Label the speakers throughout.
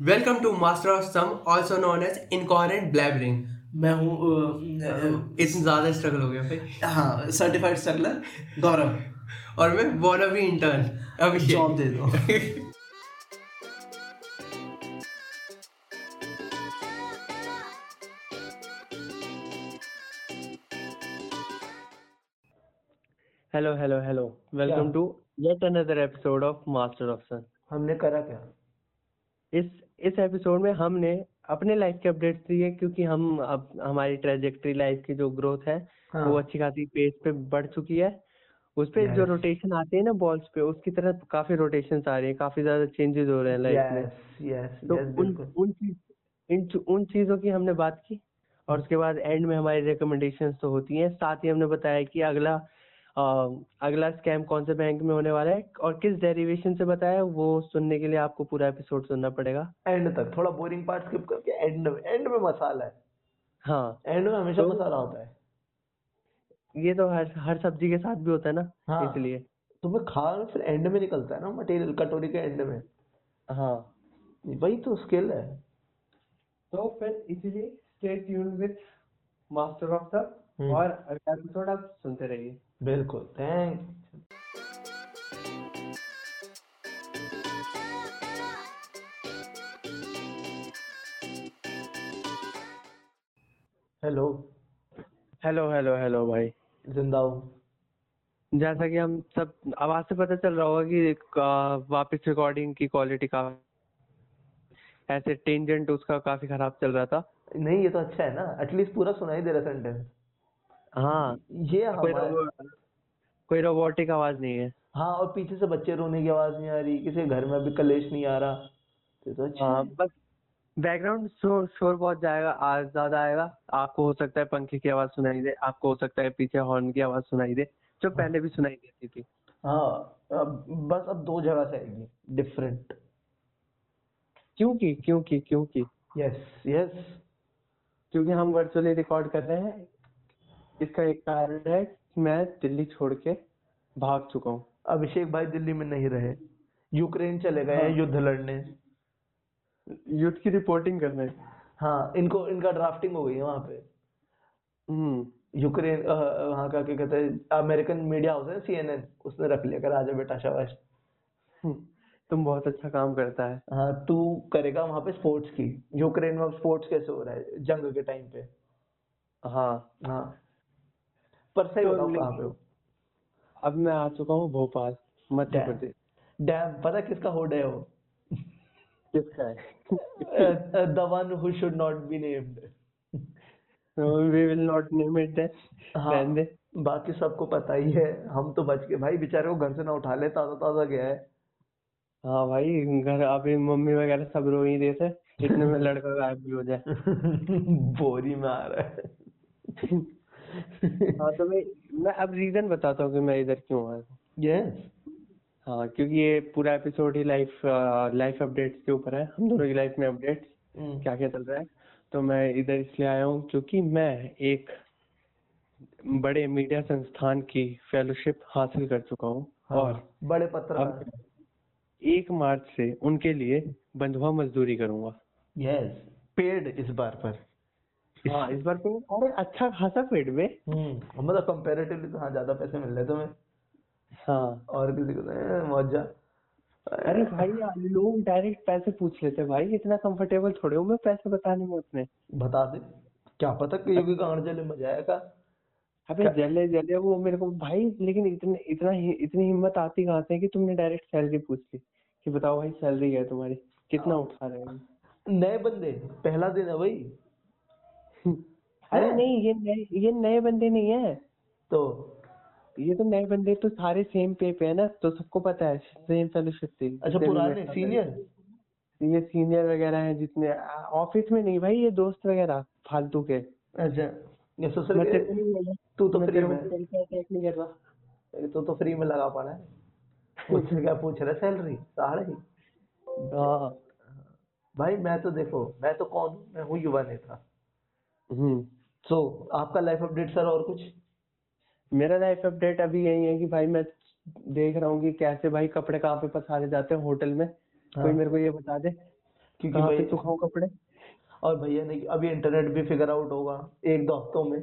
Speaker 1: Welcome to Master of Sum, also known as Incoherent Blabbering. Uh,
Speaker 2: मैं हूँ
Speaker 1: हम्म,
Speaker 2: अ, अ,
Speaker 1: इतना ज़्यादा स्ट्रगल हो गया भाई
Speaker 2: हाँ सर्टिफाइड स्ट्रगलर गौरव
Speaker 1: और मैं वॉन भी इंटर्न
Speaker 2: जॉब दे दो
Speaker 1: hello hello hello welcome
Speaker 2: Yeah.
Speaker 1: To yet another episode of master of सन
Speaker 2: हमने करा क्या
Speaker 1: इस इस एपिसोड में हमने अपने लाइफ के अपडेट्स दिए क्योंकि हम अब हमारी ट्रेजेक्ट्री लाइफ की जो ग्रोथ है
Speaker 2: हाँ,
Speaker 1: वो अच्छा अच्छी खासी पेस पे बढ़ चुकी है उस पे जो
Speaker 2: Yes.
Speaker 1: रोटेशन आते हैं ना बॉल्स पे उसकी तरह काफी रोटेशन आ रही है काफी ज्यादा चेंजेस हो रहे हैं लाइफ में
Speaker 2: yes, yes,
Speaker 1: तो
Speaker 2: yes,
Speaker 1: उन
Speaker 2: बिल्कुल।
Speaker 1: उन चीज इन चु- उन चीजों की हमने बात की और उसके बाद एंड में हमारी रिकमेंडेशन तो होती हैं साथ ही हमने बताया कि अगला अ, अगला स्कैम कौन से बैंक में होने वाला है और किस डेरिवेशन से बताया वो सुनने के लिए आपको पूरा एपिसोड सुनना पड़ेगा
Speaker 2: एंड तक थोड़ा बोरिंग पार्ट स्किप करके एंड एंड में मसाला है
Speaker 1: हाँ
Speaker 2: एंड में हमेशा
Speaker 1: तो-
Speaker 2: मसाला होता है
Speaker 1: ये तो हर हर सब्जी के साथ भी होता है ना
Speaker 2: हाँ
Speaker 1: इसलिए
Speaker 2: तुम्हें खा रहे हो, फिर एंड में निकलता है ना मटेरियल कटोरी के एंड में
Speaker 1: हाँ
Speaker 2: वही तो स्किल है
Speaker 1: तो फिर इसीलिए stay tune with master of the
Speaker 2: हम्म।
Speaker 1: और अगला एपिसोड आप सुनते रहिए
Speaker 2: बिल्कुल thank hello
Speaker 1: hello hello hello भाई
Speaker 2: जिंदा हूँ
Speaker 1: जैसा कि हम सब आवाज से पता चल रहा होगा कि एक, आ, वापस रिकॉर्डिंग की क्वालिटी का ऐसे टेंजेंट उसका काफी खराब चल रहा था
Speaker 2: नहीं ये तो अच्छा है ना एटलीस्ट पूरा सुनाई दे रहा सेंटेंस
Speaker 1: हाँ
Speaker 2: ये
Speaker 1: कोई
Speaker 2: हमारा
Speaker 1: रोबो- कोई रोबोटिक आवाज नहीं है
Speaker 2: हाँ और पीछे से बच्चे रोने की आवाज नहीं आ रही किसी के घर में भी कलेश नहीं आ रहा तो ये तो अच्छा
Speaker 1: हाँ
Speaker 2: है।
Speaker 1: बस बैकग्राउंड शोर शोर बहुत जाएगा आज ज्यादा आएगा आपको हो सकता है पंखे की आवाज सुनाई दे आपको हो सकता है पीछे हॉर्न की आवाज सुनाई दे जो पहले भी सुनाई देती थी
Speaker 2: हाँ अब बस अब दो जगह से आएगी डिफरेंट
Speaker 1: क्योंकि क्योंकि क्योंकि
Speaker 2: यस यस
Speaker 1: क्योंकि हम वर्चुअली रिकॉर्ड कर रहे हैं इसका एक कारण है कि मैं दिल्ली छोड़ के भाग चुका हूँ
Speaker 2: अभिषेक भाई दिल्ली में नहीं रहे यूक्रेन चले गए हैं
Speaker 1: हाँ।
Speaker 2: युद्ध लड़ने
Speaker 1: युद्ध की रिपोर्टिंग करने
Speaker 2: हाँ इनको इनका ड्राफ्टिंग हो गई है वहां पे
Speaker 1: हम्म
Speaker 2: यूक्रेन अ, अ, वहाँ का क्या कहते हैं अमेरिकन मीडिया हाउस है सीएनएन उसने रख लिया कर आजा बेटा शाबाश
Speaker 1: हम्म, तुम बहुत अच्छा काम करता है
Speaker 2: हाँ तू करेगा वहां पे स्पोर्ट्स की यूक्रेन में स्पोर्ट्स कैसे हो रहा है जंग के टाइम पे
Speaker 1: हाँ
Speaker 2: हाँ पर सही
Speaker 1: तो
Speaker 2: बताऊँ
Speaker 1: ले-
Speaker 2: कहाँ पे हो
Speaker 1: अब मैं आ चुका हूँ भोपाल मध्य
Speaker 2: डैम।
Speaker 1: प्रदेश
Speaker 2: डैम पता किसका हो डे हो
Speaker 1: किसका है
Speaker 2: the one who should not be named
Speaker 1: we will not name it that
Speaker 2: हाँ बाकी सबको पता ही है हम तो बच गए भाई बेचारे को घर से ना उठा ले ताजा ताजा गया है
Speaker 1: हाँ भाई घर अभी मम्मी वगैरह सब रो ही रहे थे इतने में लड़का गायब भी हो जाए
Speaker 2: बोरी में आ रहा है
Speaker 1: हाँ तो मैं मैं अब रीजन बताता हूँ कि मैं इधर क्यों आया हूँ
Speaker 2: यस
Speaker 1: हाँ क्योंकि ये पूरा एपिसोड ही लाइफ लाइफ अपडेट्स के ऊपर है हम दोनों की लाइफ में अपडेट्स
Speaker 2: हम्म।
Speaker 1: क्या क्या चल रहा है तो मैं इधर इसलिए आया हूँ क्योंकि मैं एक बड़े मीडिया संस्थान की फेलोशिप हासिल कर चुका हूँ और
Speaker 2: हाँ। बड़े पत्रकार
Speaker 1: अब एक मार्च से उनके लिए बंधुआ मजदूरी करूंगा
Speaker 2: यस पेड इस बार पर
Speaker 1: हाँ इस बार पे अरे अच्छा खासा पेड़ में
Speaker 2: हम्म मतलब कंपैरेटिवली तो हाँ ज्यादा पैसे मिल रहे हैं तुम्हें
Speaker 1: हाँ
Speaker 2: और किसी को तो, ए, मौजा
Speaker 1: अरे भाई लोग डायरेक्ट पैसे पूछ लेते हैं भाई इतना कंफर्टेबल थोड़े हूँ मैं पैसे बताने में उतने
Speaker 2: बता दे क्या पता कि योगी कांड जले मजा आएगा
Speaker 1: अबे
Speaker 2: क्या-
Speaker 1: जले जले वो मेरे को भाई लेकिन इतने इतना ही इतनी हिम्मत आती कहाँ से है कि तुमने डायरेक्ट सैलरी पूछ ली कि बताओ भाई सैलरी क्या है तुम्हारी कितना उठा रहे हो
Speaker 2: नए बंदे पहला दिन है भाई
Speaker 1: अरे
Speaker 2: हैं?
Speaker 1: नहीं ये नए ये नए बंदे नहीं है
Speaker 2: तो
Speaker 1: ये तो नए बंदे तो सारे सेम पे पे है ना तो सबको पता है सेम फेलोशिप थी
Speaker 2: अच्छा पुराने सीनियर
Speaker 1: ये सीनियर वगैरह हैं जितने ऑफिस में नहीं भाई ये दोस्त वगैरह फालतू के
Speaker 2: अच्छा ये ससुर
Speaker 1: मैं
Speaker 2: के-
Speaker 1: तेरे को नहीं बोला
Speaker 2: तू तो
Speaker 1: मैं
Speaker 2: फ्री
Speaker 1: तेरे को
Speaker 2: में
Speaker 1: तेरे पे अटैक नहीं कर रहा
Speaker 2: तू तो फ्री में लगा पड़ा है मुझसे क्या पूछ रहा है सैलरी साढ़े
Speaker 1: हाँ
Speaker 2: भाई मैं तो देखो मैं तो कौन हूँ मैं हूँ युवा नेता
Speaker 1: हम्म
Speaker 2: सो आपका लाइफ अपडेट सर और कुछ
Speaker 1: मेरा लाइफ अपडेट अभी यही है कि भाई मैं देख रहा हूँ कि कैसे भाई कपड़े कहाँ पे पसारे जाते हैं होटल में कोई
Speaker 2: हाँ।
Speaker 1: मेरे को ये बता दे
Speaker 2: क्योंकि
Speaker 1: कहाँ पे तो-
Speaker 2: भाई
Speaker 1: सुखाऊं कपड़े
Speaker 2: और भैया ने अभी इंटरनेट भी फिगर आउट होगा एक दो हफ्तों में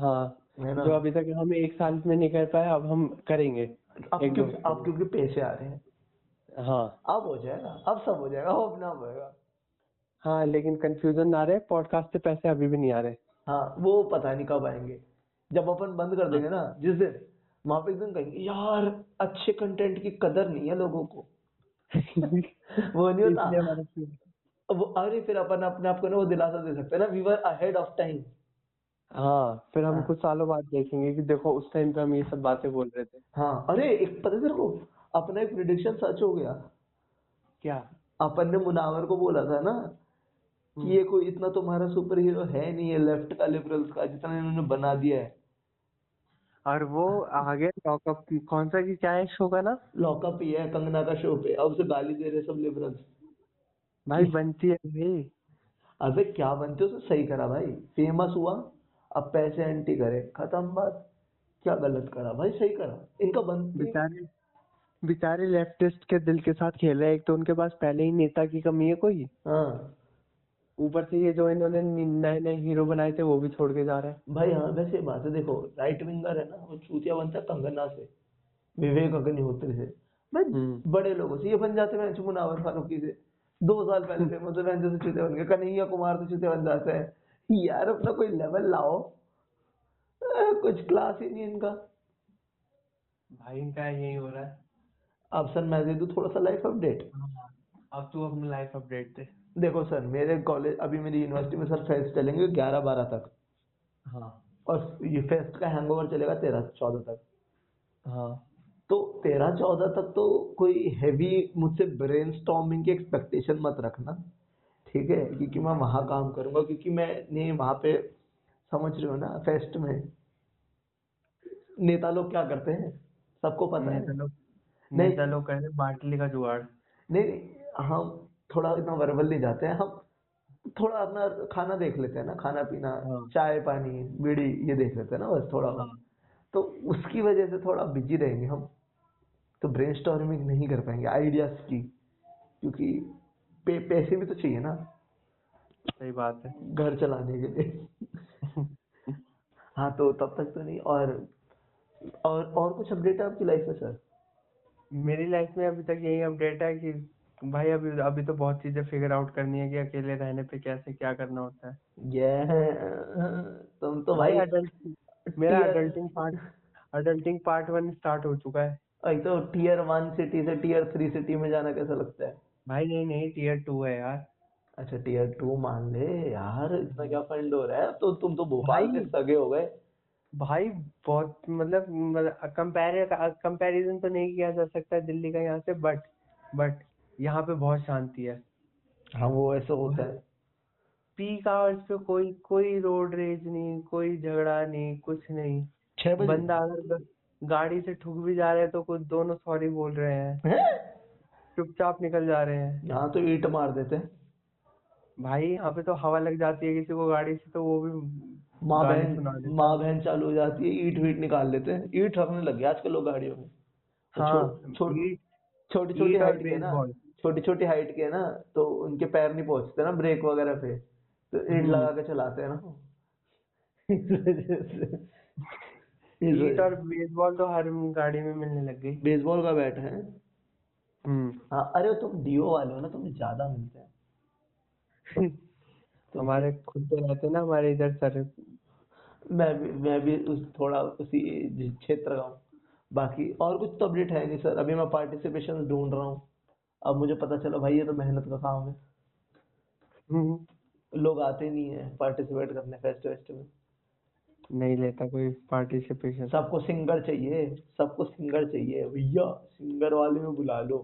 Speaker 1: हाँ
Speaker 2: है ना
Speaker 1: जो अभी तक हम एक साल में नहीं कर पाए अब हम करेंगे
Speaker 2: अब
Speaker 1: एक दो
Speaker 2: क्योंकि अब क्योंकि पैसे आ रहे हैं
Speaker 1: हाँ
Speaker 2: अब हो जाएगा अब सब हो जाएगा अब ना होएगा
Speaker 1: हाँ लेकिन कंफ्यूजन ना रहे पॉडकास्ट से पैसे अभी भी नहीं आ रहे
Speaker 2: हाँ वो पता नहीं कब आएंगे जब अपन बंद कर देंगे ना जिस दिन वहां पे एक दिन कहेंगे यार अच्छे कंटेंट की कदर नहीं है लोगों को वो नहीं होता
Speaker 1: इसलिए हमारे से-
Speaker 2: वो अरे फिर अपन अपने आप को ना वो दिलासा दे सकते हैं ना we were ahead of time
Speaker 1: हाँ फिर हम
Speaker 2: हाँ।
Speaker 1: कुछ सालों बाद देखेंगे कि देखो उस टाइम पे हम ये सब बातें बोल रहे थे
Speaker 2: हाँ अरे एक पता है तेरे को अपना एक प्रिडिक्शन सच हो गया
Speaker 1: क्या
Speaker 2: अपन ने मुनावर को बोला था ना कि ये कोई इतना तुम्हारा सुपर हीरो है नहीं है लेफ्ट का लिबरल्स का जितना इन्होंने बना दिया है
Speaker 1: और वो आगे लॉकअप कौन सा की क्या है शो का ना
Speaker 2: लॉकअप ही है कंगना का शो पे अब उसे गाली दे रहे सब लिबरल्स
Speaker 1: भाई बनती है भाई
Speaker 2: अबे क्या बनते हो उसे सही करा भाई फेमस हुआ अब पैसे एंटी करे खत्म बात क्या गलत करा भाई सही करा इनका बनती है
Speaker 1: बेचारे बेचारे लेफ्टिस्ट के दिल के साथ खेल रहे हैं एक तो उनके पास पहले ही नेता की कमी है कोई
Speaker 2: हाँ
Speaker 1: ऊपर से ये जो इन्होंने नए नए हीरो बनाए थे वो भी छोड़ के जा रहे हैं
Speaker 2: भाई हाँ वैसे ये बात है देखो राइट विंगर है ना वो चूतिया बनता है कंगना से विवेक अग्निहोत्री से भाई
Speaker 1: हम्म।
Speaker 2: बड़े लोगों से ये बन जाते हैं बेंचू मुनावर फारूकी से दो साल पहले फेमस है बेंचू से चूतिया बन गए कन्हैया कुमार से चूतिया बन जाते हैं यार अपना कोई लेवल लाओ अ, कुछ क्लास ही नहीं इनका
Speaker 1: भाई इनका यही हो रहा है
Speaker 2: अब सर मैं दे दूं थोड़ा सा लाइफ अपडेट
Speaker 1: अब तू अपनी लाइफ अपडेट दे
Speaker 2: देखो सर मेरे कॉलेज अभी मेरी यूनिवर्सिटी में सर फेस्ट चलेंगे ग्यारह बारह तक
Speaker 1: हाँ
Speaker 2: और ये फेस्ट का हैंगओवर चलेगा तेरह चौदह तक
Speaker 1: हाँ
Speaker 2: तो तेरह चौदह तक तो कोई हैवी मुझसे ब्रेन की एक्सपेक्टेशन मत रखना ठीक है क्योंकि मैं वहाँ काम करूँगा क्योंकि मैंने वहाँ पे समझ रहे हो ना फेस्ट में नेता लोग क्या करते हैं सबको पता है
Speaker 1: नेता तो लोग
Speaker 2: नहीं।
Speaker 1: नेता लोग कह रहे हैं, बाटली का जुगाड़
Speaker 2: नहीं नहीं हम थोड़ा इतना वर्बल नहीं जाते हैं हम थोड़ा अपना खाना देख लेते हैं ना खाना पीना
Speaker 1: हाँ।
Speaker 2: चाय पानी बीड़ी ये देख लेते हैं ना बस थोड़ा बहुत।
Speaker 1: हाँ।
Speaker 2: तो उसकी वजह से थोड़ा बिजी रहेंगे हम तो ब्रेन नहीं कर पाएंगे आइडियाज की क्योंकि पे, पैसे भी तो चाहिए ना
Speaker 1: सही बात है
Speaker 2: घर चलाने के लिए हाँ तो तब तक तो नहीं और और और कुछ अपडेट है आपकी लाइफ में सर
Speaker 1: मेरी लाइफ में अभी तक यही अपडेट है कि भाई अभी अभी तो बहुत चीजें फिगर आउट करनी है कि अकेले रहने पे कैसे क्या करना होता है
Speaker 2: ये तुम तो भाई
Speaker 1: मेरा adult- मेरा
Speaker 2: Tear-
Speaker 1: adulting part adulting part one start हो चुका है
Speaker 2: एक तो टीयर वन सिटी से टीयर थ्री सिटी में जाना कैसा लगता है
Speaker 1: भाई नहीं नहीं टीयर टू है यार
Speaker 2: अच्छा टीयर टू मान ले यार इतना क्या फंड हो रहा है तो तुम तो भोपाल
Speaker 1: भाई।
Speaker 2: से सगे हो गए
Speaker 1: भाई बहुत मतलब मतलब कंपेयर कंपैरिजन तो नहीं किया जा सकता दिल्ली का यहाँ से बट बट यहाँ पे बहुत शांति है
Speaker 2: हाँ वो ऐसा होता है
Speaker 1: पीक आवर्स पे कोई कोई रोड रेज नहीं कोई झगड़ा नहीं कुछ नहीं
Speaker 2: छह बजे
Speaker 1: बंदा अगर ग- गाड़ी से ठुक भी जा रहे हैं तो कुछ दोनों सॉरी बोल रहे हैं
Speaker 2: हैं?
Speaker 1: चुपचाप निकल जा रहे हैं
Speaker 2: यहाँ तो ईट मार देते हैं
Speaker 1: भाई यहाँ पे तो हवा लग जाती है किसी को गाड़ी से तो वो भी
Speaker 2: माँ
Speaker 1: गाली
Speaker 2: बहन
Speaker 1: सुना देते
Speaker 2: माँ बहन चालू हो जाती है ईट वीट निकाल लेते हैं ईट रखने लग गए आजकल लोग गाड़ियों में
Speaker 1: हाँ
Speaker 2: छोटी छोटी
Speaker 1: ईट-
Speaker 2: छोटी
Speaker 1: ईट और
Speaker 2: हाइट के ना
Speaker 1: baseball।
Speaker 2: छोटी छोटी हाइट के ना तो उनके पैर नहीं पहुंचते ना ब्रेक वगैरह पे तो ईट
Speaker 1: हम्म।
Speaker 2: लगा के चलाते हैं ना इस वजह से इस
Speaker 1: ईट
Speaker 2: वजह
Speaker 1: और बेसबॉल तो हर गाड़ी में मिलने लग गई
Speaker 2: बेसबॉल का बैट है
Speaker 1: हम्म
Speaker 2: हाँ अरे तुम डीओ वाले हो ना तुम्हें ज्यादा मिलते हैं
Speaker 1: तो हमारे खुद के रहते ना हमारे इधर सर
Speaker 2: मैं भी मैं भी उस थोड़ा उसी जि- क्षेत्र का हूँ बाकी और कुछ तो अपडेट है नहीं सर अभी मैं पार्टिसिपेशन ढूंढ रहा हूँ अब मुझे पता चला भाई ये तो मेहनत का काम है
Speaker 1: हम्म,
Speaker 2: लोग आते नहीं है पार्टिसिपेट करने फेस्ट वेस्ट में
Speaker 1: नहीं लेता कोई पार्टिसिपेशन
Speaker 2: सबको सिंगर चाहिए सबको सिंगर चाहिए भैया सिंगर वाले में बुला लो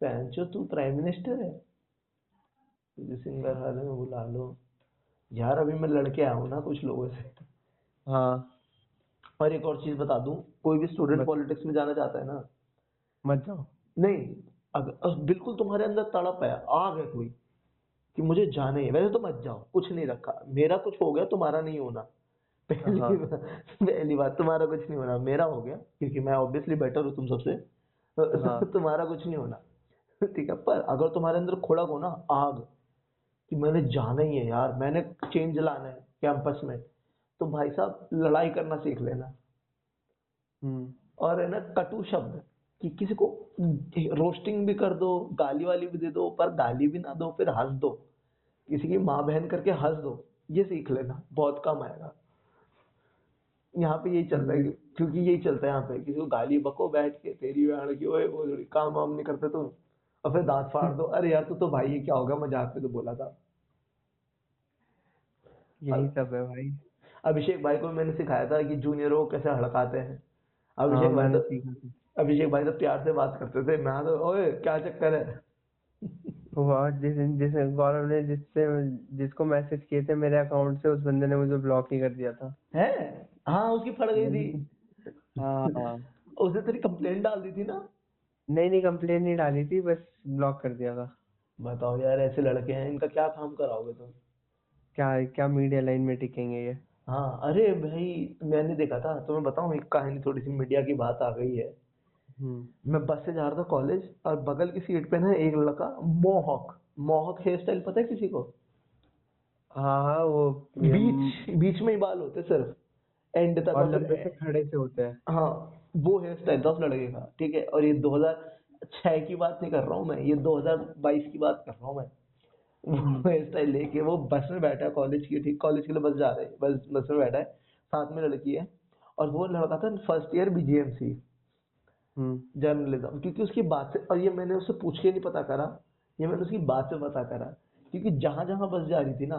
Speaker 2: पैंचो तू प्राइम मिनिस्टर है तुझे सिंगर वाले में बुला लो यार अभी मैं लड़के आया हूँ ना कुछ लोगों से
Speaker 1: हाँ
Speaker 2: और एक और चीज बता दूं कोई भी स्टूडेंट
Speaker 1: बत-
Speaker 2: पॉलिटिक्स में जाना चाहता है ना
Speaker 1: मत जाओ
Speaker 2: नहीं अगर अगर बिल्कुल तुम्हारे अंदर तड़प है आग है कोई कि मुझे जाना ही है वैसे तो मत जाओ कुछ नहीं रखा मेरा कुछ हो गया तुम्हारा नहीं होना पहली
Speaker 1: हाँ।
Speaker 2: बात पहली बात तुम्हारा कुछ नहीं होना मेरा हो गया क्योंकि मैं ऑब्वियसली बेटर हूँ तुम सबसे
Speaker 1: हाँ।
Speaker 2: तुम्हारा कुछ नहीं होना ठीक है पर अगर तुम्हारे अंदर खुड़क हो ना आग कि मैंने जाना ही है यार मैंने चेंज लाना है कैंपस में तो भाई साहब लड़ाई करना सीख लेना
Speaker 1: हम्म
Speaker 2: और है ना कटु शब्द कि किसी को रोस्टिंग भी कर दो गाली वाली भी दे दो पर गाली भी ना दो फिर हंस दो किसी की माँ बहन करके हंस दो ये सीख लेना बहुत कम आएगा यहाँ पे यही चलता है कि- क्योंकि यही चलता है यहाँ पे किसी को गाली बको बैठ के तेरी बहन की ओए वो थोड़ी काम वाम नहीं करते तुम और फिर दांत फाड़ दो अरे यार तू तो भाई ये क्या होगा मजाक में तो बोला था
Speaker 1: यही सब है भाई
Speaker 2: अभिषेक भाई को मैंने सिखाया था कि जूनियर को कैसे हड़काते हैं
Speaker 1: हाँ,
Speaker 2: अभिषेक भाई
Speaker 1: मैंने
Speaker 2: तो
Speaker 1: सीखा था।
Speaker 2: अभिषेक भाई तो प्यार से बात करते थे मैं तो ओए क्या चक्कर है
Speaker 1: वाह तो जिस जिस गौरव ने जिससे जिसको मैसेज किए थे मेरे अकाउंट से उस बंदे ने मुझे ब्लॉक ही कर दिया था
Speaker 2: हैं हाँ उसकी फट गई थी
Speaker 1: हाँ
Speaker 2: हम्म। उसने तेरी कंप्लेंट डाल दी थी ना
Speaker 1: नहीं नहीं कंप्लेन नहीं डाली थी बस ब्लॉक कर दिया था
Speaker 2: बताओ यार ऐसे लड़के हैं इनका क्या काम कराओगे तुम
Speaker 1: क्या क्या मीडिया लाइन में टिकेंगे ये
Speaker 2: हाँ अरे भाई मैंने देखा था तुम्हें बताऊँ एक कहानी थोड़ी सी मीडिया की बात आ गई है
Speaker 1: हम्म
Speaker 2: मैं बस से जा रहा था कॉलेज और बगल की सीट पे ना एक लड़का मोहक मोहक हेयर स्टाइल पता है किसी को
Speaker 1: हाँ हाँ वो
Speaker 2: बीच बीच में ही बाल होते सिर्फ एंड तक
Speaker 1: और
Speaker 2: और
Speaker 1: लंबे से
Speaker 2: फिर-
Speaker 1: खड़े से होते हैं
Speaker 2: हाँ वो हेयर स्टाइल था उस लड़के का ठीक है और ये 2006 की बात नहीं कर रहा हूँ मैं ये 2022 की बात कर रहा हूँ मैं वो हेयर स्टाइल लेके वो बस में बैठा है कॉलेज की ठीक कॉलेज के लिए बस जा रहे हैं बस बस में बैठा है साथ में लड़की है और वो लड़का था first year BGMC
Speaker 1: hmm
Speaker 2: journalism क्योंकि उसकी बात से और ये मैंने उससे पूछ के नहीं पता करा ये मैंने उसकी बात से पता करा क्योंकि जहां जहां बस जा रही थी ना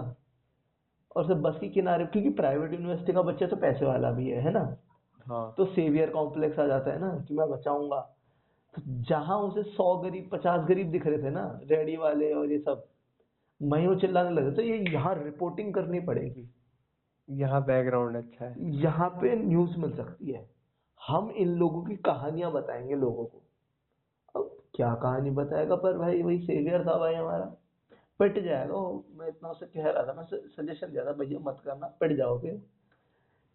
Speaker 2: और सब बस के किनारे क्योंकि प्राइवेट यूनिवर्सिटी का बच्चा तो पैसे वाला भी है है ना
Speaker 1: हाँ
Speaker 2: तो सेवियर कॉम्प्लेक्स आ जाता है ना कि मैं बचाऊंगा तो जहां उसे सौ गरीब पचास गरीब दिख रहे थे ना रेडी वाले और ये सब मैं वो चिल्लाने लगे तो ये यहाँ रिपोर्टिंग करनी पड़ेगी
Speaker 1: यहाँ बैकग्राउंड अच्छा है
Speaker 2: यहाँ पे न्यूज मिल सकती है हम इन लोगों की कहानियां बताएंगे लोगों को अब क्या कहानी बताएगा पर भाई वही सेवियर था भाई हमारा पिट जाएगा वो मैं इतना उसे कह रहा था मैं सजेशन दिया था भैया मत करना पिट जाओगे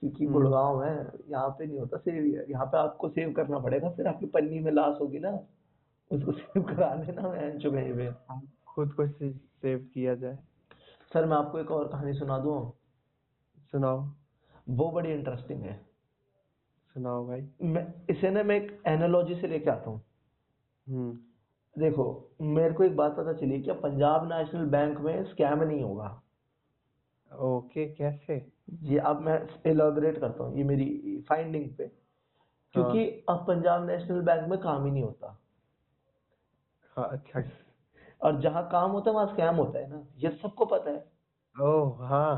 Speaker 2: क्योंकि
Speaker 1: हम्म।
Speaker 2: गुड़गांव है यहाँ पे नहीं होता सेवियर यहाँ पे आपको सेव करना पड़ेगा फिर आपकी पन्नी में लाश होगी ना उसको सेव करा लेना मैं कहीं पे
Speaker 1: आप खुद को से, सेव किया जाए
Speaker 2: सर मैं आपको एक और कहानी सुना दूं
Speaker 1: सुनाओ
Speaker 2: वो बड़ी इंटरेस्टिंग है
Speaker 1: सुनाओ भाई
Speaker 2: मैं इसे ना मैं एक एनालॉजी से लेके आता हूँ
Speaker 1: हम्म
Speaker 2: देखो मेरे को एक बात पता चली कि पंजाब नेशनल बैंक में स्कैम नहीं होगा
Speaker 1: ओके कैसे
Speaker 2: ये अब मैं इलॉबरेट करता हूँ ये मेरी फाइंडिंग पे क्योंकि अब पंजाब नेशनल बैंक में काम ही नहीं होता
Speaker 1: हाँ अच्छा
Speaker 2: और जहाँ काम होता है वहाँ स्कैम होता है ना ये सबको पता है
Speaker 1: ओह हाँ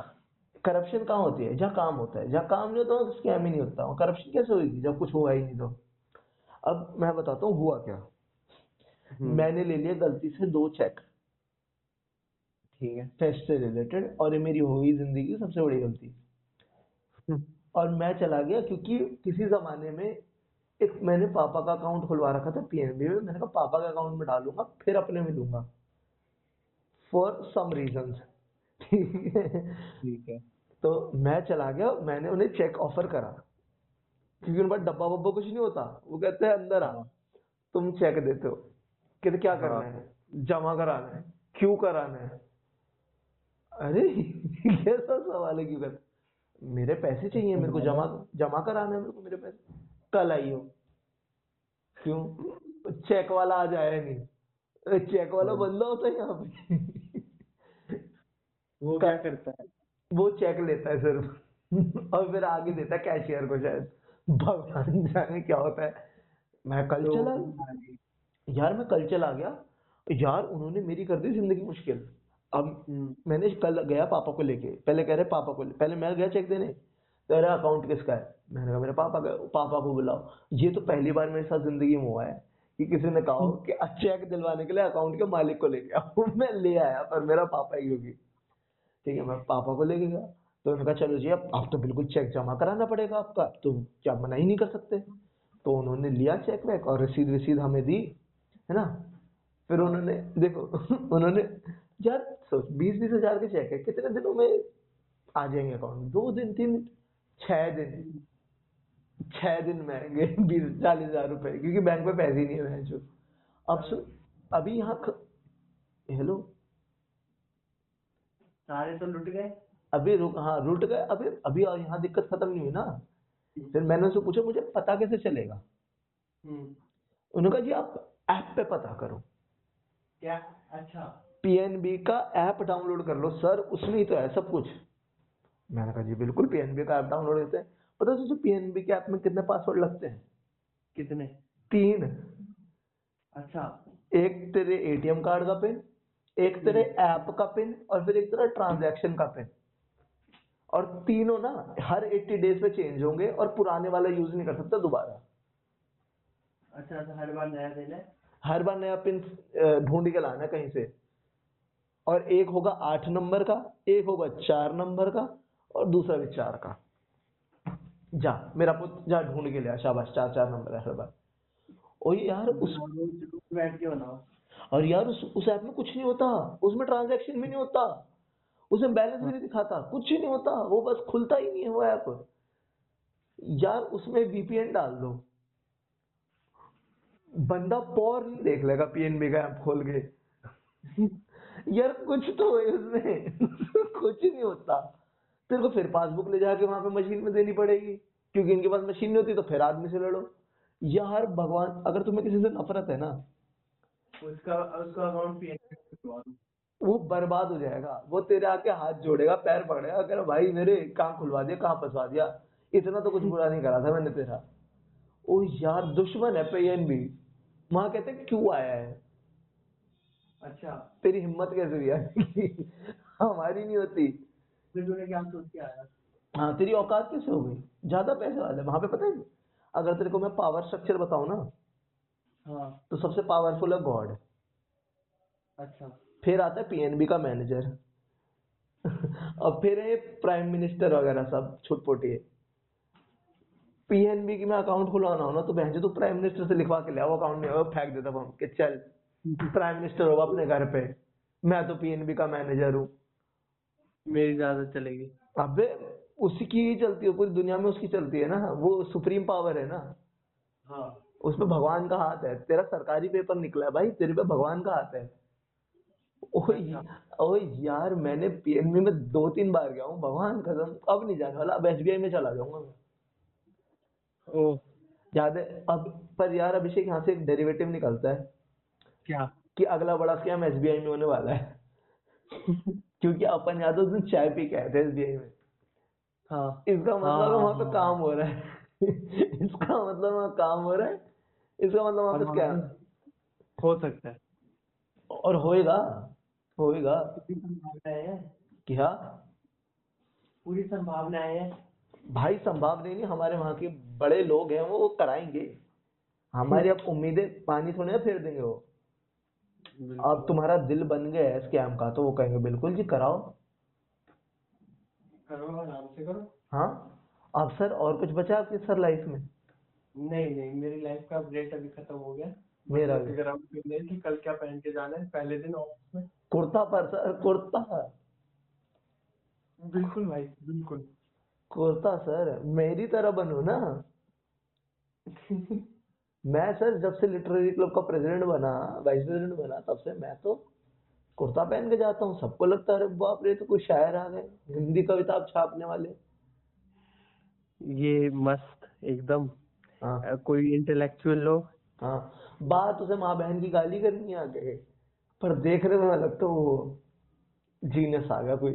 Speaker 2: करप्शन कहाँ होती है जहाँ काम होता है जहाँ काम नहीं होता वहाँ स्कैम ही नहीं होता और करप्शन कैसे होगी जब कुछ हुआ ही नहीं तो अब मैं बताता हूँ हुआ क्या
Speaker 1: हम्म,
Speaker 2: मैंने ले लिया गलती से दो चेक
Speaker 1: ठीक है
Speaker 2: टेस्ट से रिलेटेड और ये मेरी हुई जिंदगी की सबसे बड़ी गलती
Speaker 1: हम्म,
Speaker 2: और मैं चला गया क्योंकि किसी जमाने में एक मैंने पापा का अकाउंट खुलवा रखा था पीएनबी में मैंने कहा पापा के अकाउंट में डालूंगा फिर अपने में लूंगा फॉर सम रीजन ठीक है
Speaker 1: ठीक है
Speaker 2: तो मैं चला गया मैंने उन्हें चेक ऑफर करा क्योंकि उनके पास डब्बा वब्बा कुछ नहीं होता वो कहते हैं अंदर आ तुम चेक देते हो कहते क्या करना
Speaker 1: हाँ।
Speaker 2: है जमा कराना है क्यों कराना है अरे कैसा सवाल है क्यों करना मेरे पैसे चाहिए मेरे को जमा जमा कराना है मेरे को मेरे पैसे कल आइयो क्यों चेक वाला आज आया नहीं चेक वाला बंदा होता है यहाँ पे
Speaker 1: वो क्या करता है
Speaker 2: वो चेक लेता है सिर्फ और फिर आगे देता है कैशियर को शायद भगवान जाने क्या होता है मैं कल
Speaker 1: तो
Speaker 2: चला यार मैं कल चला गया यार उन्होंने मेरी कर दी जिंदगी मुश्किल अब
Speaker 1: हम्म,
Speaker 2: मैंने कल गया पापा को लेके पहले कह रहे पापा को ले- पहले मैं गया चेक देने तो कह रहा अकाउंट किसका है मैंने कहा मेरे पापा का पापा को बुलाओ ये तो पहली बार मेरे साथ जिंदगी में हुआ है कि किसी ने कहा हो कि चेक दिलवाने के लिए अकाउंट के मालिक को लेके आओ मैं ले आया पर मेरा पापा ही होगी ठीक है मैं पापा को लेके गया तो उन्होंने कहा चलो जी अब आप तो बिल्कुल चेक जमा कराना पड़ेगा आपका तो क्या मना ही नहीं कर सकते तो उन्होंने लिया चेक वैक और रसीद रसीद हमें दी है ना फिर उन्होंने देखो उन्होंने यार सोच बीस बीस हजार के चेक है कितने दिनों में आ जाएंगे अकाउंट दो दिन तीन छह दिन छह दिन में आएंगे बीस चालीस हजार रुपए क्योंकि बैंक में पैसे ही नहीं है जो अब सु- अभी यहाँ ख... हेलो
Speaker 3: सारे तो लुट गए
Speaker 2: अभी रुक हाँ रुट गए अभी अभी और यहाँ दिक्कत खत्म नहीं हुई ना फिर मैंने उससे पूछा मुझे पता कैसे चलेगा
Speaker 3: हम्म,
Speaker 2: उन्होंने कहा जी आप ऐप पे पता करो
Speaker 3: क्या अच्छा
Speaker 2: पीएनबी का ऐप डाउनलोड कर लो सर उसमें ही तो है सब कुछ मैंने कहा जी बिल्कुल पीएनबी का ऐप डाउनलोड करते हैं पता है सोचो पीएनबी के ऐप में कितने पासवर्ड लगते हैं
Speaker 3: कितने
Speaker 2: तीन
Speaker 3: अच्छा
Speaker 2: एक तेरे एटीएम कार्ड का पिन एक तेरे ऐप का पिन और फिर एक तेरा ट्रांजैक्शन का पिन और तीनों ना हर 80 डेज पे चेंज होंगे और पुराने वाला यूज नहीं कर सकता दोबारा
Speaker 3: अच्छा तो हर बार नया देना है
Speaker 2: हर बार नया पिन अ, ढूंढ के लाना कहीं से और एक होगा आठ नंबर का एक होगा चार नंबर का और दूसरा भी चार का जा मेरा पुत्र जा ढूंढ के लिया शाबाश चार चार नंबर है हर बार और यार उस
Speaker 3: और रोज रोज बैठ के बनाओ
Speaker 2: और यार उस उस ऐप में कुछ नहीं होता उसमें ट्रांजैक्शन भी नहीं होता उसमें बैलेंस भी नहीं दिखाता कुछ ही नहीं होता वो बस खुलता ही नहीं है वो ऐप यार उसमें वीपीएन डाल दो बंदा पॉर्न देख लेगा पीएनबी का ऐप खोल के यार कुछ तो है उसमें कुछ ही नहीं होता तेरे को फिर पासबुक ले जाके वहां पे मशीन में देनी पड़ेगी क्योंकि इनके पास मशीन नहीं होती तो फिर आदमी से लड़ो यार भगवान अगर तुम्हें किसी से नफरत है ना
Speaker 3: उसका उसका अकाउंट पीएन
Speaker 2: वो बर्बाद हो जाएगा वो तेरे आके हाथ जोड़ेगा पैर पकड़ेगा अगर भाई मेरे कहाँ खुलवा दिया कहाँ फंसवा दिया इतना तो कुछ बुरा नहीं करा था मैंने तेरा ओ यार दुश्मन है पेन भी वहां कहते हैं, क्यों आया है
Speaker 3: अच्छा
Speaker 2: तेरी हिम्मत कैसे हुई यार हमारी नहीं होती
Speaker 3: फिर तूने क्या सोच के आया
Speaker 2: हाँ तेरी औकात कैसे हो गई ज्यादा पैसे वाले वहां पे पता है अगर तेरे को मैं पावर स्ट्रक्चर बताऊं ना
Speaker 3: हाँ
Speaker 2: तो सबसे पावरफुल है गॉड
Speaker 3: अच्छा
Speaker 2: फिर आता है पीएनबी का मैनेजर और फिर है प्राइम मिनिस्टर वगैरह सब छुटपुटी है पीएनबी की मैं अकाउंट खुलवाना हो ना तो बहन जी तू प्राइम मिनिस्टर से लिखवा के ले आओ अकाउंट में और फेंक देता हम कि चल प्राइम मिनिस्टर होगा अपने घर पे मैं तो पीएनबी का मैनेजर हूँ
Speaker 1: मेरी ज्यादा चलेगी
Speaker 2: अबे उसकी ही चलती है पूरी दुनिया में उसकी चलती है ना वो सुप्रीम पावर है ना
Speaker 3: हाँ
Speaker 2: उसमें भगवान का हाथ है तेरा सरकारी पेपर निकला है भाई तेरे पे भगवान का हाथ है ओए
Speaker 1: अच्छा।
Speaker 2: ओए यार मैंने पीएनबी में दो तीन बार गया हूँ भगवान कसम अब नहीं जाने वाला अब एसबीआई में चला जाऊंगा मैं
Speaker 1: ओ
Speaker 2: याद है अब पर यार अभिषेक यहाँ से एक डेरिवेटिव निकलता है
Speaker 1: क्या
Speaker 2: कि अगला बड़ा स्कैम एसबीआई में होने वाला है क्योंकि अपन याद है उस दिन चाय पी के आए थे एसबीआई में
Speaker 1: हाँ
Speaker 2: इसका मतलब
Speaker 1: हाँ,
Speaker 2: वहां पे
Speaker 1: हाँ।
Speaker 2: काम हो रहा है इसका मतलब वहां काम हो रहा है इसका मतलब वहां पे
Speaker 1: और
Speaker 2: स्कैम
Speaker 1: हो सकता है
Speaker 2: और होएगा होएगा
Speaker 3: पूरी संभावनाएं हैं
Speaker 2: क्या
Speaker 3: पूरी संभावनाएं हैं
Speaker 2: भाई संभावना ही नहीं हमारे वहां के बड़े लोग हैं वो वो कराएंगे हमारी अब उम्मीदें पानी थोड़ी ना फेर देंगे वो
Speaker 1: बिल्कुल।
Speaker 2: अब तुम्हारा दिल बन गया है स्कैम का तो वो कहेंगे बिल्कुल जी कराओ
Speaker 3: करो आराम से करो
Speaker 2: हाँ अब सर और कुछ बचा आपके सर लाइफ में
Speaker 3: नहीं नहीं मेरी लाइफ का अपडेट अभी खत्म हो गया मतलब
Speaker 2: मेरा भी
Speaker 3: फिगर आउट नहीं कि कल क्या पहन के जाना है पहले दिन ऑफिस में
Speaker 2: कुर्ता पर सर कुर्ता
Speaker 3: बिल्कुल भाई बिल्कुल
Speaker 2: कुर्ता सर मेरी तरह बनो ना मैं सर जब से लिटरेरी क्लब का प्रेसिडेंट बना वाइस प्रेसिडेंट बना तब से मैं तो कुर्ता पहन के जाता हूँ सबको लगता है अरे बाप रे ये तो कोई शायर आ गए हिंदी कविता आप छापने वाले
Speaker 1: ये मस्त एकदम
Speaker 2: हाँ
Speaker 1: अ, कोई इंटेलेक्चुअल लोग
Speaker 2: हाँ बात उसे माँ बहन की गाली करनी आ गई पर देखने में लगता है वो जीनियस आ गया कोई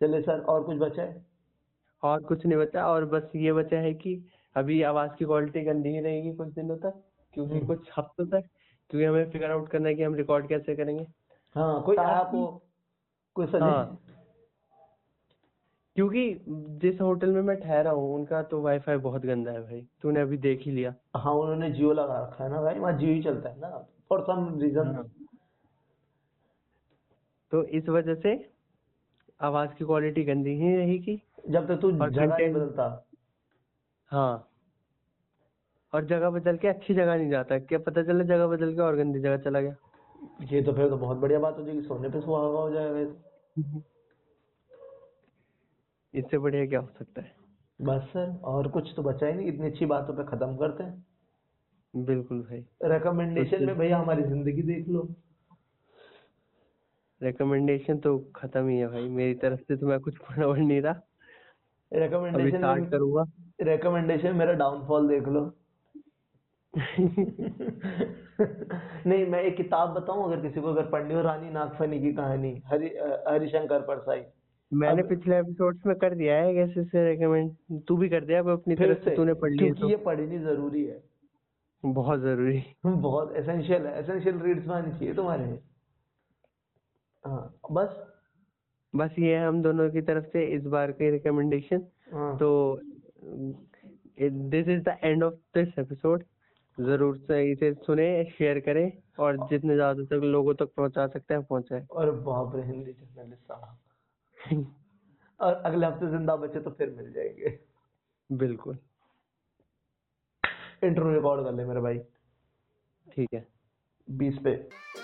Speaker 2: चले सर और कुछ बचा है
Speaker 1: और कुछ नहीं बचा और बस ये बचा है कि अभी आवाज की क्वालिटी गंदी ही रहेगी कुछ दिनों तक क्योंकि
Speaker 2: हम्म।
Speaker 1: कुछ हफ्तों तक क्योंकि हमें फिगर आउट करना है कि हम रिकॉर्ड कैसे करेंगे
Speaker 2: हाँ कोई
Speaker 1: ताकि-
Speaker 2: ऐप हो कोई
Speaker 1: हाँ।
Speaker 2: सजेशन
Speaker 1: क्योंकि जिस होटल में मैं ठहरा हूँ उनका तो वाईफाई बहुत गंदा है भाई तूने अभी देख ही लिया
Speaker 2: हाँ उन्होंने जियो लगा रखा है ना भाई वहाँ जियो ही चलता है ना फॉर सम रीजन
Speaker 1: हाँ। तो इस वजह से आवाज की क्वालिटी गंदी ही रहेगी
Speaker 2: जब तक तू
Speaker 1: और
Speaker 2: जगह नहीं
Speaker 1: content-
Speaker 2: बदलता
Speaker 1: हाँ और जगह बदल के अच्छी जगह नहीं जाता क्या पता चला जगह बदल के और गंदी जगह चला गया
Speaker 2: ये तो फिर तो बहुत बढ़िया बात हो जाएगी सोने पे सुहागा हो जाएगा ये तो।
Speaker 1: इससे बढ़िया क्या हो सकता है
Speaker 2: बस सर और कुछ तो बचा ही नहीं इतनी अच्छी बातों पे खत्म करते हैं
Speaker 1: बिल्कुल भाई तो
Speaker 2: रिकमेंडेशन में भैया हमारी जिंदगी देख लो
Speaker 1: रिकमेंडेशन तो खत्म ही है भाई मेरी तरफ से तो मैं कुछ पढ़ नहीं रहा अभी
Speaker 2: रिकमेंडेशन
Speaker 1: स्टार्ट करूंगा
Speaker 2: रिकमेंडेशन मेरा डाउनफॉल देख लो नहीं मैं एक किताब बताऊं अगर किसी को अगर पढ़नी हो रानी नागफनी की कहानी हरि अ, हरिशंकर परसाई
Speaker 1: मैंने
Speaker 2: अब-
Speaker 1: पिछले एपिसोड्स में कर दिया है कैसे से रेकमेंड तू भी कर दिया अब अपनी
Speaker 2: फिर
Speaker 1: तरफ
Speaker 2: से
Speaker 1: से तूने पढ़ तो। लिया
Speaker 2: क्योंकि ये पढ़नी जरूरी है
Speaker 1: तो बहुत जरूरी
Speaker 2: बहुत एसेंशियल है एसेंशियल रीड्स में आनी चाहिए तुम्हारे हाँ बस
Speaker 1: बस ये है हम दोनों की तरफ से इस बार की रिकमेंडेशन
Speaker 2: हाँ
Speaker 1: तो this is the end of this episode जरूर से इसे सुने शेयर करें और जितने ज्यादा तक लोगों तक पहुंचा सकते हैं पहुंचाए
Speaker 2: और बाप रे हिंदी जर्नलिस्ट साहब और अगले हफ्ते जिंदा बचे तो फिर मिल जाएंगे
Speaker 1: बिल्कुल
Speaker 2: इंटरव्यू रिकॉर्ड कर ले मेरे भाई
Speaker 1: ठीक है
Speaker 2: बीस पे